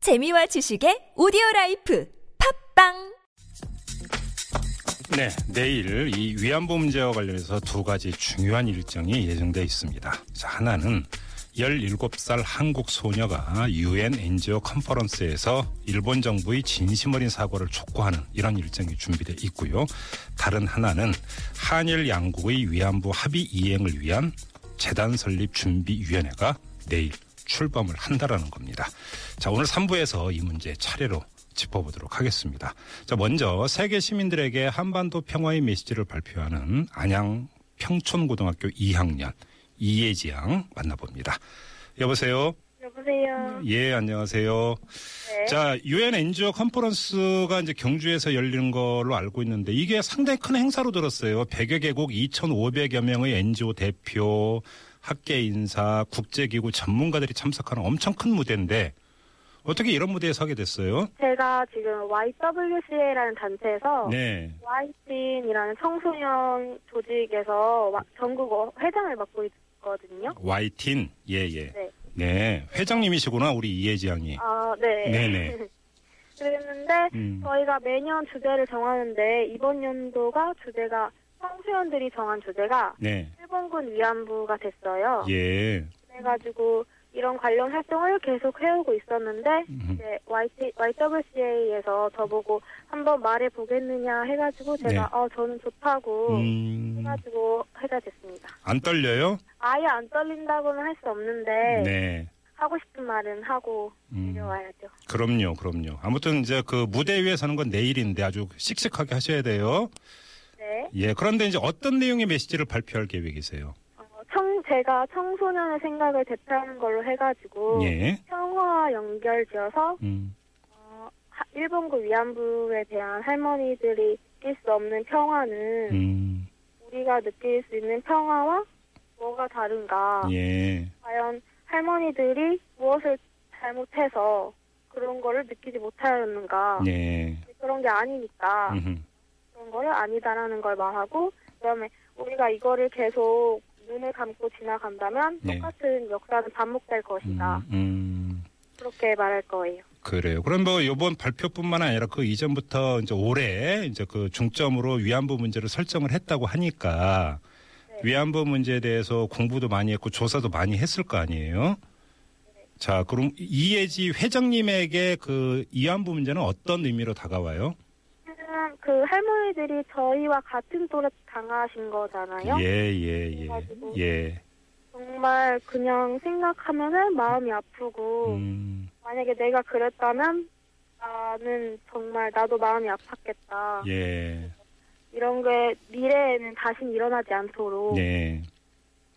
재미와 지식의 오디오 라이프 팝빵 네, 내일 이 위안부 문제와 관련해서 두 가지 중요한 일정이 예정돼 있습니다. 자, 하나는 17살 한국 소녀가 UN NGO 컨퍼런스에서 일본 정부의 진심 어린 사과를 촉구하는 이런 일정이 준비돼 있고요. 다른 하나는 한일 양국의 위안부 합의 이행을 위한 재단 설립 준비위원회가 내일 출범을 한다라는 겁니다. 자, 오늘 3부에서 이 문제 차례로 짚어보도록 하겠습니다. 자, 먼저 세계 시민들에게 한반도 평화의 메시지를 발표하는 안양 평촌고등학교 2학년 이예지 양 만나봅니다. 여보세요. 여보세요. 예, 안녕하세요. 네. 자, UN NGO 컨퍼런스가 이제 경주에서 열리는 걸로 알고 있는데 이게 상당히 큰 행사로 들었어요. 100여 개국 2,500여 명의 NGO 대표, 학계 인사, 국제기구 전문가들이 참석하는 엄청 큰 무대인데 어떻게 이런 무대에 서게 됐어요? 제가 지금 YWCA라는 단체에서 네. YCN이라는 청소년 조직에서 와- 전국 어- 회장을 맡고 있거든요. 와이틴 예예 네. 네 회장님이시구나 우리 이예지 양이 아, 네. 네네. 그랬는데 음. 저희가 매년 주제를 정하는데 이번 연도가 주제가 청소년들이 정한 주제가 일본군 위안부가 됐어요. 네. 네예 그래가지고 이런 관련 활동을 계속 해오고 있었는데 이제 YC, YWCA에서 저보고 한번 말해 보겠느냐 해가지고 제가 네. 어 저는 좋다고 음안 해가지고 해가 됐습니다. 떨려요 아예 안 떨린다고는 할 수 없는데 네 하고 싶은 말은 하고 음. 내려와야죠. 그럼요 그럼요 아무튼 이제 그 무대 위에 서는 건 내일인데 아주 씩씩하게 하셔야 돼요 네. 예 그런데 이제 어떤 내용의 메시지를 발표할 계획이세요 어, 청 제가 청소년의 생각을 대표하는 걸로 해가지고 예 평화와 연결지어서 음. 어, 하- 일본군 위안부에 대한 할머니들이 느낄 수 없는 평화는 음. 우리가 느낄 수 있는 평화와 뭐가 다른가? 예 과연 할머니들이 무엇을 잘못해서 그런 거를 느끼지 못하였는가? 예 그런 게 아. 아니니까 음흠. 그런 거를 아니다라는 걸 말하고 그다음에 우리가 이거를 계속 눈을 감고 지나간다면 네. 똑같은 역사는 반복될 것이다. 음, 음. 그렇게 말할 거예요. 그래요. 그럼 뭐 이번 발표뿐만 아니라 그 이전부터 이제 올해 이제 그 중점으로 위안부 문제를 설정을 했다고 하니까 네. 위안부 문제에 대해서 공부도 많이 했고 조사도 많이 했을 거 아니에요. 자, 그럼 이예지 회장님에게 그 위안부 문제는 어떤 의미로 다가와요? 지금 그 할머니들이 저희와 같은 또래 당하신 거잖아요. 예, 예, 그래가지고 예. 예. 정말 그냥 생각하면은 마음이 아프고 음, 만약에 내가 그랬다면 나는 정말 나도 마음이 아팠겠다. 예. 이런 게 미래에는 다시 일어나지 않도록 네.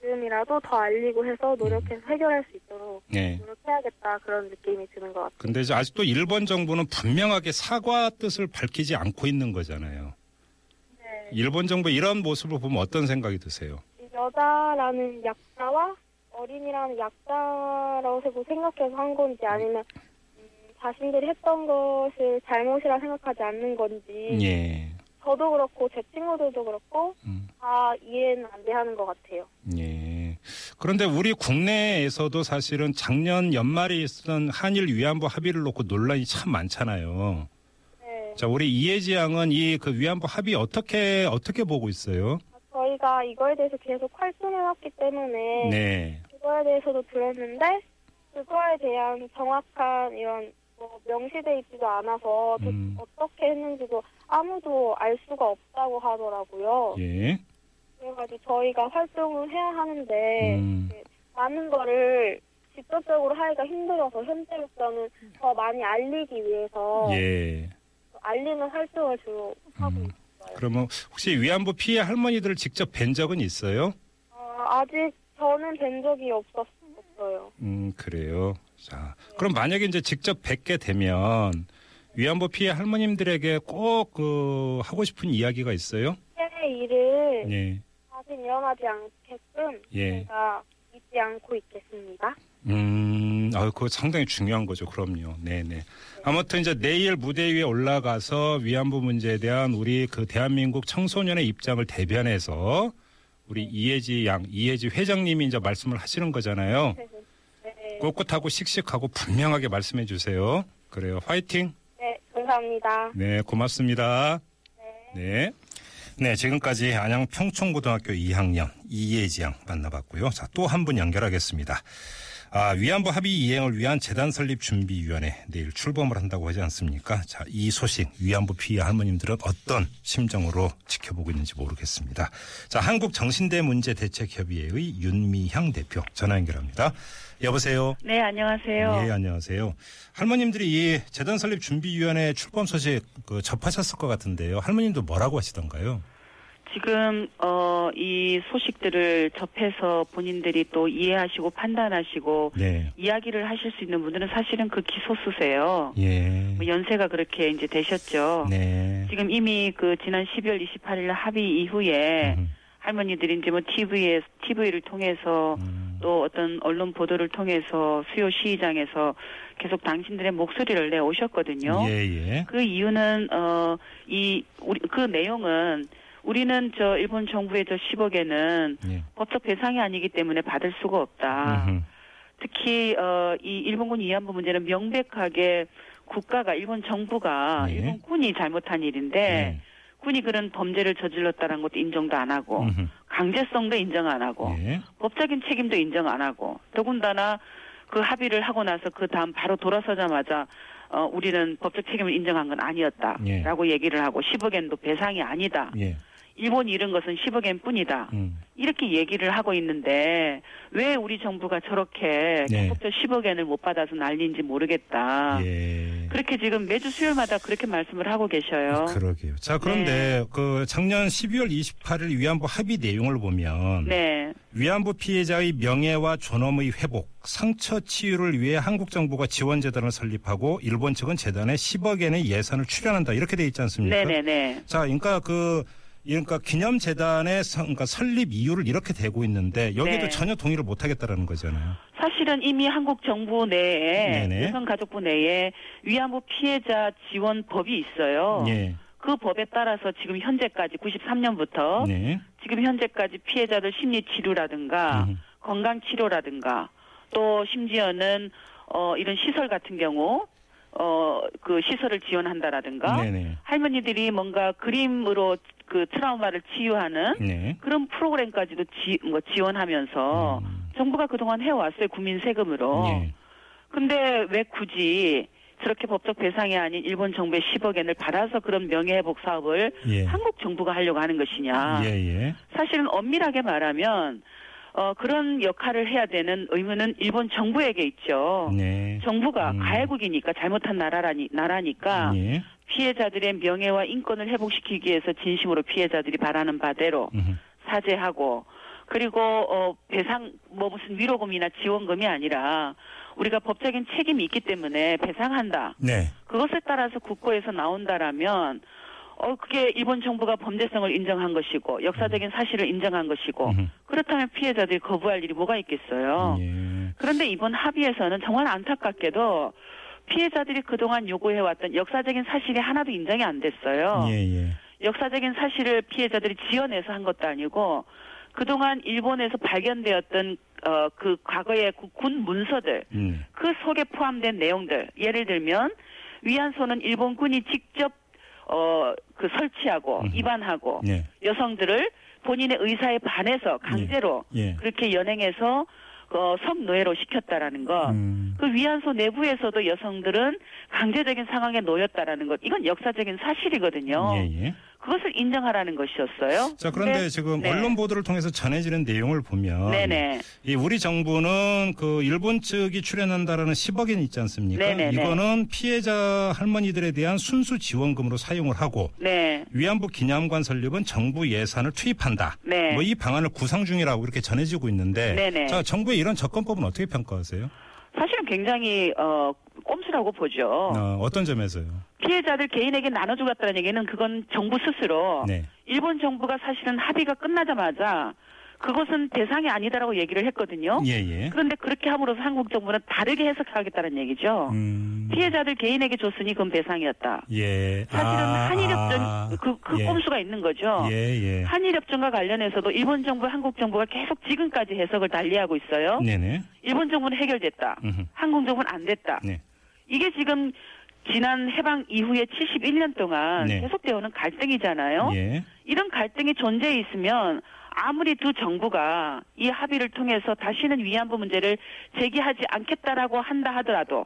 지금이라도 더 알리고 해서 노력해서 해결할 수 있도록 음. 네. 노력해야겠다 그런 느낌이 드는 것 같아요. 근데 이제 아직도 일본 정부는 분명하게 사과 뜻을 밝히지 않고 있는 거잖아요. 네. 일본 정부 이런 모습을 보면 어떤 생각이 드세요? 이 여자라는 약자와 어린이라는 약자라고 생각- 생각해서 한 건지 아니면 음, 자신들이 했던 것을 잘못이라 생각하지 않는 건지 예. 저도 그렇고 제 친구들도 그렇고 음. 다 이해는 안 돼 하는 것 같아요. 예. 그런데 우리 국내에서도 사실은 작년 연말에 있었던 한일 위안부 합의를 놓고 논란이 참 많잖아요. 네. 자, 우리 이혜지 양은 이 그 위안부 합의 어떻게 어떻게 보고 있어요? 저희가 이거에 대해서 계속 활동해왔기 때문에 네. 그거에 대해서도 들었는데 그거에 대한 정확한 이런 뭐 명시돼 있지도 않아서 도- 음. 어떻게 했는지도 아무도 알 수가 없다고 하더라고요. 예. 그래가지고 저희가 활동을 해야 하는데 음. 많은 거를 직접적으로 하기가 힘들어서 현재로서는 더 많이 알리기 위해서 예. 알리는 활동을 주로 어, 하고 음. 있어요. 그러면 혹시 위안부 피해 할머니들을 직접 뵌 적은 있어요? 어, 아직 저는 뵌 적이 없었, 없어요. 음, 그래요. 자, 그럼 만약에 이제 직접 뵙게 되면 위안부 피해 할머님들에게 꼭 그, 하고 싶은 이야기가 있어요? 새 일을 예. 다시 일어나지 않게끔 예. 제가 잊지 않고 있겠습니다. 음, 아, 그거 상당히 중요한 거죠. 그럼요. 네네. 아무튼 이제 내일 무대 위에 올라가서 위안부 문제에 대한 우리 그 대한민국 청소년의 입장을 대변해서 우리 이혜지 양, 이혜지 회장님이 이제 말씀을 하시는 거잖아요. 네. 꿋꿋하고 씩씩하고 분명하게 말씀해 주세요. 그래요. 화이팅. 네, 감사합니다. 네, 고맙습니다. 네. 네, 지금까지 안양 평촌고등학교 2학년 이예지 양 만나봤고요. 자, 또 한 분 연결하겠습니다. 아, 위안부 합의 이행을 위한 재단 설립 준비위원회 내일 출범을 한다고 하지 않습니까? 자, 이 소식 위안부 피해 할머님들은 어떤 심정으로 지켜보고 있는지 모르겠습니다. 자, 한국 정신대 문제 대책 협의회의 윤미향 대표 전화 연결합니다. 여보세요. 네, 안녕하세요. 예, 안녕하세요. 할머님들이 이 재단 설립 준비위원회 출범 소식 그 접하셨을 것 같은데요. 할머님도 뭐라고 하시던가요? 지금 어, 이 소식들을 접해서 본인들이 또 이해하시고 판단하시고 네. 이야기를 하실 수 있는 분들은 사실은 그 기소수세요. 예. 뭐 연세가 그렇게 이제 되셨죠. 네. 지금 이미 그 지난 12월 28일 합의 이후에 음, 할머니들이 이제 뭐 TV에 TV를 통해서 음, 또 어떤 언론 보도를 통해서 수요 시장에서 계속 당신들의 목소리를 내 오셨거든요. 예, 예. 그 이유는 어 이 우리 그 내용은 우리는 저 일본 정부의 저 10억에는 예. 법적 배상이 아니기 때문에 받을 수가 없다. 음흠. 특히 어 이 일본군 위안부 문제는 명백하게 국가가 일본 정부가 네. 일본 군이 잘못한 일인데 예. 군이 그런 범죄를 저질렀다는 것도 인정도 안 하고 음흠. 강제성도 인정 안 하고 예. 법적인 책임도 인정 안 하고 더군다나 그 합의를 하고 나서 그 다음 바로 돌아서자마자 어, 우리는 법적 책임을 인정한 건 예. 아니었다라고 얘기를 하고 10억 엔도 배상이 아니다. 예. 일본이 잃은 것은 10억 엔뿐이다. 음. 이렇게 얘기를 하고 있는데 왜 우리 정부가 저렇게 예. 계속적 10억 엔을 못 받아서 난리인지 모르겠다. 예. 그렇게 지금 매주 수요일마다 그렇게 말씀을 하고 계셔요. 아, 네. 그러게요. 자, 그런데 그 작년 12월 28일 위안부 합의 내용을 보면 네. 위안부 피해자의 명예와 존엄의 회복, 상처 치유를 위해 한국 정부가 지원 재단을 설립하고 일본 측은 재단에 10억 엔의 예산을 출연한다 이렇게 돼 있지 않습니까? 네네네. 자, 그러니까 그 그러니까 기념 재단의 성- 그러니까 설립 이유를 이렇게 대고 있는데 여기도 네. 전혀 동의를 못 하겠다라는 거잖아요. 사실은 이미 한국 정부 내에 네네. 여성가족부 내에 위안부 피해자 지원법이 있어요. 예. 그 법에 따라서 지금 현재까지 93년부터 네. 지금 현재까지 피해자들 심리 치료라든가 음. 건강 치료라든가 또 심지어는 어 이런 시설 같은 경우 어 그 시설을 지원한다라든가 네네. 할머니들이 뭔가 그림으로 그 트라우마를 치유하는 네. 그런 프로그램까지도 지, 뭐 지원하면서 음. 정부가 그동안 해왔어요. 국민 세금으로. 예. 근데 왜 굳이 저렇게 법적 배상이 아닌 일본 정부의 10억 엔을 받아서 그런 명예회복 사업을 예. 한국 정부가 하려고 하는 것이냐. 예, 예. 사실은 엄밀하게 말하면 어, 그런 역할을 해야 되는 의무는 일본 정부에게 있죠. 네. 정부가 음. 가해국이니까 잘못한 나라라니, 나라니까 예. 피해자들의 명예와 인권을 회복시키기 위해서 진심으로 피해자들이 바라는 바대로 음. 사죄하고 그리고 어 배상 뭐 무슨 위로금이나 지원금이 아니라 우리가 법적인 책임이 있기 때문에 배상한다. 네. 그것에 따라서 국고에서 나온다라면 어 그게 일본 정부가 범죄성을 인정한 것이고 역사적인 사실을 인정한 것이고 음. 그렇다면 피해자들이 거부할 일이 뭐가 어. 있겠어요. 예. 그런데 이번 합의에서는 정말 안타깝게도 피해자들이 그동안 요구해왔던 역사적인 사실이 하나도 인정이 안 됐어요. 예, 예. 역사적인 사실을 피해자들이 지어내서 한 것도 아니고 그동안 일본에서 발견되었던 어, 그 과거의 구- 군 문서들 음. 그 속에 포함된 내용들 예를 들면 위안소는 일본군이 직접 어, 그 설치하고 음. 입안하고 예. 여성들을 본인의 의사에 반해서 강제로 예. 그렇게 연행해서 어, 성노예로 시켰다라는 것 음. 그 위안소 내부에서도 여성들은 강제적인 상황에 놓였다라는 것 이건 역사적인 사실이거든요. 예, 예. 그것을 인정하라는 것이었어요. 자, 그런데 근데- 지금 네. 언론 보도를 통해서 전해지는 내용을 보면 네네. 이 우리 정부는 그 일본 측이 출연한다라는 10억 엔 있지 않습니까? 네네네. 이거는 피해자 할머니들에 대한 순수 지원금으로 사용을 하고 네. 위안부 기념관 설립은 정부 예산을 투입한다. 네. 뭐 이 방안을 구상 중이라고 이렇게 전해지고 있는데 네네. 자, 정부의 이런 접근법은 어떻게 평가하세요? 사실은 굉장히 어 꼼수라고 보죠. 어, 어떤 점에서요? 피해자들 개인에게 나눠주겠다는 얘기는 그건 정부 스스로 네. 일본 정부가 사실은 합의가 끝나자마자 그것은 대상이 아니다라고 얘기를 했거든요. 예, 예. 그런데 그렇게 함으로써 한국 정부는 다르게 해석하겠다는 얘기죠. 음. 어. 피해자들 개인에게 줬으니 그건 배상이었다. 예. 사실은 아, 한일협정 아. 그, 그 예. 꼼수가 있는 거죠. 예, 예. 한일협정과 관련해서도 일본 정부, 한국 정부가 계속 지금까지 해석을 달리하고 있어요. 네네. 일본 정부는 해결됐다. 음. 음흠. 한국 정부는 안 됐다. 네. 이게 지금 지난 해방 이후에 71년 동안 네. 계속되어 오는 갈등이잖아요. 예. 이런 갈등이 존재해 있으면 아무리 두 정부가 이 합의를 통해서 다시는 위안부 문제를 제기하지 않겠다라고 한다 하더라도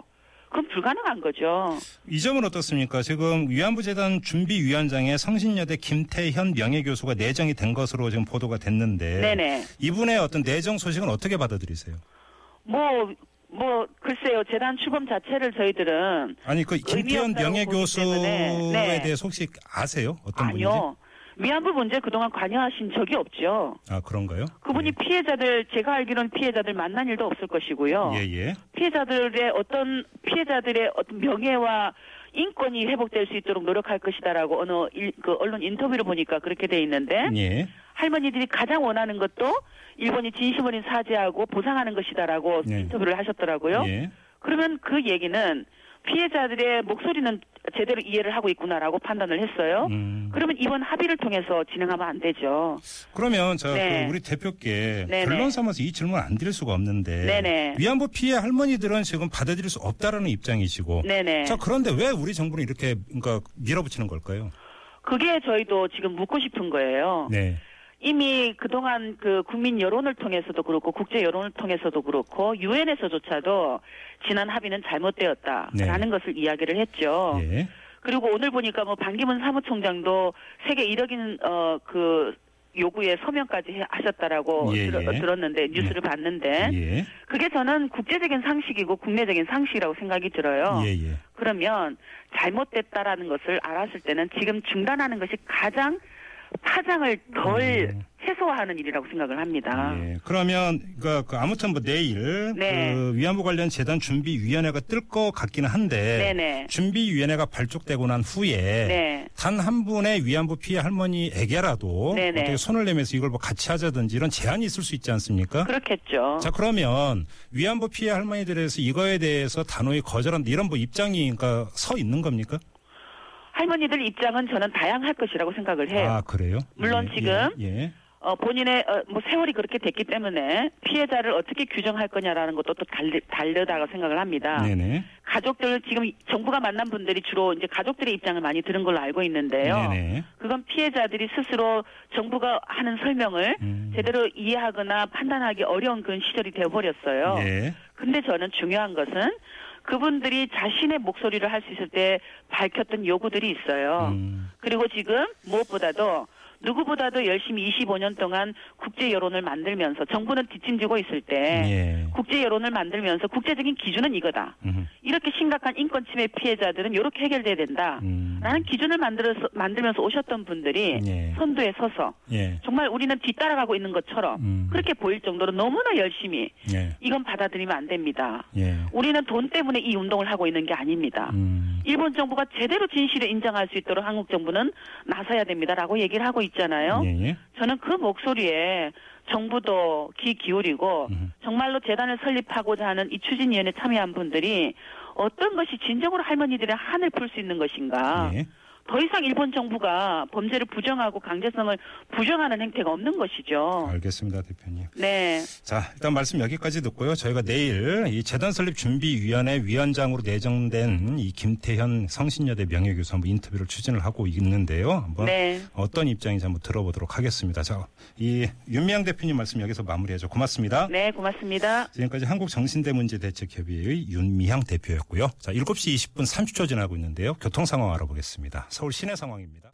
그건 불가능한 거죠. 이 점은 어떻습니까? 지금 위안부 재단 준비 위원장에 성신여대 김태현 명예 교수가 내정이 된 것으로 지금 보도가 됐는데 네네. 이분의 어떤 내정 소식은 어떻게 받아들이세요? 뭐, 뭐, 글쎄요. 재단 출범 자체를 저희들은 아니 그 김태현 없다고 명예 보기 교수에 때문에, 네. 대해서 혹시 아세요? 어떤 분인지? 아니요. 위안부 문제 그동안 관여하신 적이 없죠. 아 그런가요? 그분이 예. 피해자들, 제가 알기로는 피해자들 만난 일도 없을 것이고요. 예예. 예. 피해자들의 어떤, 피해자들의 어떤 명예와 인권이 회복될 수 있도록 노력할 것이다라고 어느 일- 그 언론 인터뷰를 보니까 그렇게 돼 있는데 예. 할머니들이 가장 원하는 것도 일본이 진심 어린 사죄하고 보상하는 것이다라고 예. 인터뷰를 하셨더라고요. 예. 그러면 그 얘기는 피해자들의 목소리는 제대로 이해를 하고 있구나라고 판단을 했어요. 음. 그러면 이번 합의를 통해서 진행하면 안 되죠. 그러면 저 네. 그 우리 대표께 네네. 결론 삼아서 이 질문 안 드릴 수가 없는데 네네. 위안부 피해 할머니들은 지금 받아들일 수 없다라는 입장이시고 네네. 자 그런데 왜 우리 정부는 이렇게 그러니까 밀어붙이는 걸까요? 그게 저희도 지금 묻고 싶은 거예요. 네. 이미 그동안 그 국민 여론을 통해서도 그렇고 국제 여론을 통해서도 그렇고 유엔에서조차도 지난 합의는 잘못되었다라는 것을 이야기를 했죠. 네. 예. 그리고 오늘 보니까 뭐 반기문 사무총장도 세계 1억인 어그 요구에 서명까지 해- 하셨다라고 예, 들어- 예. 들었는데 뉴스를 봤는데 예. 그게 저는 국제적인 상식이고 국내적인 상식이라고 생각이 들어요. 예, 예. 그러면 잘못됐다라는 것을 알았을 때는 지금 중단하는 것이 가장 파장을 덜 음. 해소하는 일이라고 생각을 합니다. 예. 그러면 그러니까 그 아무튼 뭐 내일 아. 네. 그 위안부 관련 재단 준비 위원회가 뜰 것 같기는 한데 네네. 준비 위원회가 발족되고 난 후에 네. 단 한 분의 위안부 피해 할머니에게라도 네네. 어떻게 손을 내면서 이걸 뭐 같이 하자든지 이런 제한이 있을 수 있지 않습니까? 그렇겠죠. 어? 자 그러면 위안부 피해 할머니들에서 이거에 대해서 단호히 거절한다 이런 뭐 입장이 그러니까 서 있는 겁니까? 할머니들 입장은 저는 다양할 것이라고 생각을 해요. 아 그래요? 예. 물론 예, 지금 예, 예. 어, 본인의 어, 뭐 세월이 그렇게 됐기 때문에 피해자를 어떻게 규정할 거냐라는 것도 또 달리, 다르다고 생각을 합니다. 네네 가족들 지금 정부가 만난 분들이 주로 이제 가족들의 입장을 많이 들은 걸로 알고 있는데요. 네네 그건 피해자들이 스스로 정부가 하는 설명을 음. 제대로 이해하거나 판단하기 어려운 그런 시절이 되어버렸어요. 예. 근데 저는 중요한 것은 그분들이 자신의 목소리를 할 수 있을 때 밝혔던 요구들이 있어요. 음. 그리고 지금 무엇보다도 누구보다도 열심히 25년 동안 국제 여론을 만들면서 정부는 뒷짐지고 있을 때 예. 국제 여론을 만들면서 국제적인 기준은 이거다. 음. 이렇게 심각한 인권 침해 피해자들은 이렇게 해결돼야 된다. 음. 라는 기준을 만들어서, 만들면서 오셨던 분들이 예. 선두에 서서 예. 정말 우리는 뒤따라가고 있는 것처럼 음. 그렇게 보일 정도로 너무나 열심히 예. 이건 받아들이면 안 됩니다. 예. 우리는 돈 때문에 이 운동을 하고 있는 게 아닙니다. 음. 일본 정부가 제대로 진실을 인정할 수 있도록 한국 정부는 나서야 됩니다라고 얘기를 하고 있잖아요. 예, 예. 저는 그 목소리에 정부도 귀 기울이고 음. 정말로 재단을 설립하고자 하는 이 추진위원회 참여한 분들이 어떤 것이 진정으로 할머니들의 한을 풀 수 있는 것인가. 예. 더 이상 일본 정부가 범죄를 부정하고 강제성을 부정하는 행태가 없는 아, 것이죠. 알겠습니다, 대표님. 네. 자, 일단 말씀 여기까지 듣고요. 저희가 내일 이 재단 설립 준비위원회 위원장으로 내정된 이 김태현 성신여대 명예교수 한번 인터뷰를 추진을 하고 있는데요. 한번 네. 어떤 입장인지 한번 들어보도록 하겠습니다. 자, 이 윤미향 대표님 말씀 여기서 마무리하죠. 고맙습니다. 네, 고맙습니다. 지금까지 한국정신대문제대책협의회의 윤미향 대표였고요. 자, 7시 20분 30초 지나고 있는데요. 교통 상황 알아보겠습니다. 서울 시내 상황입니다.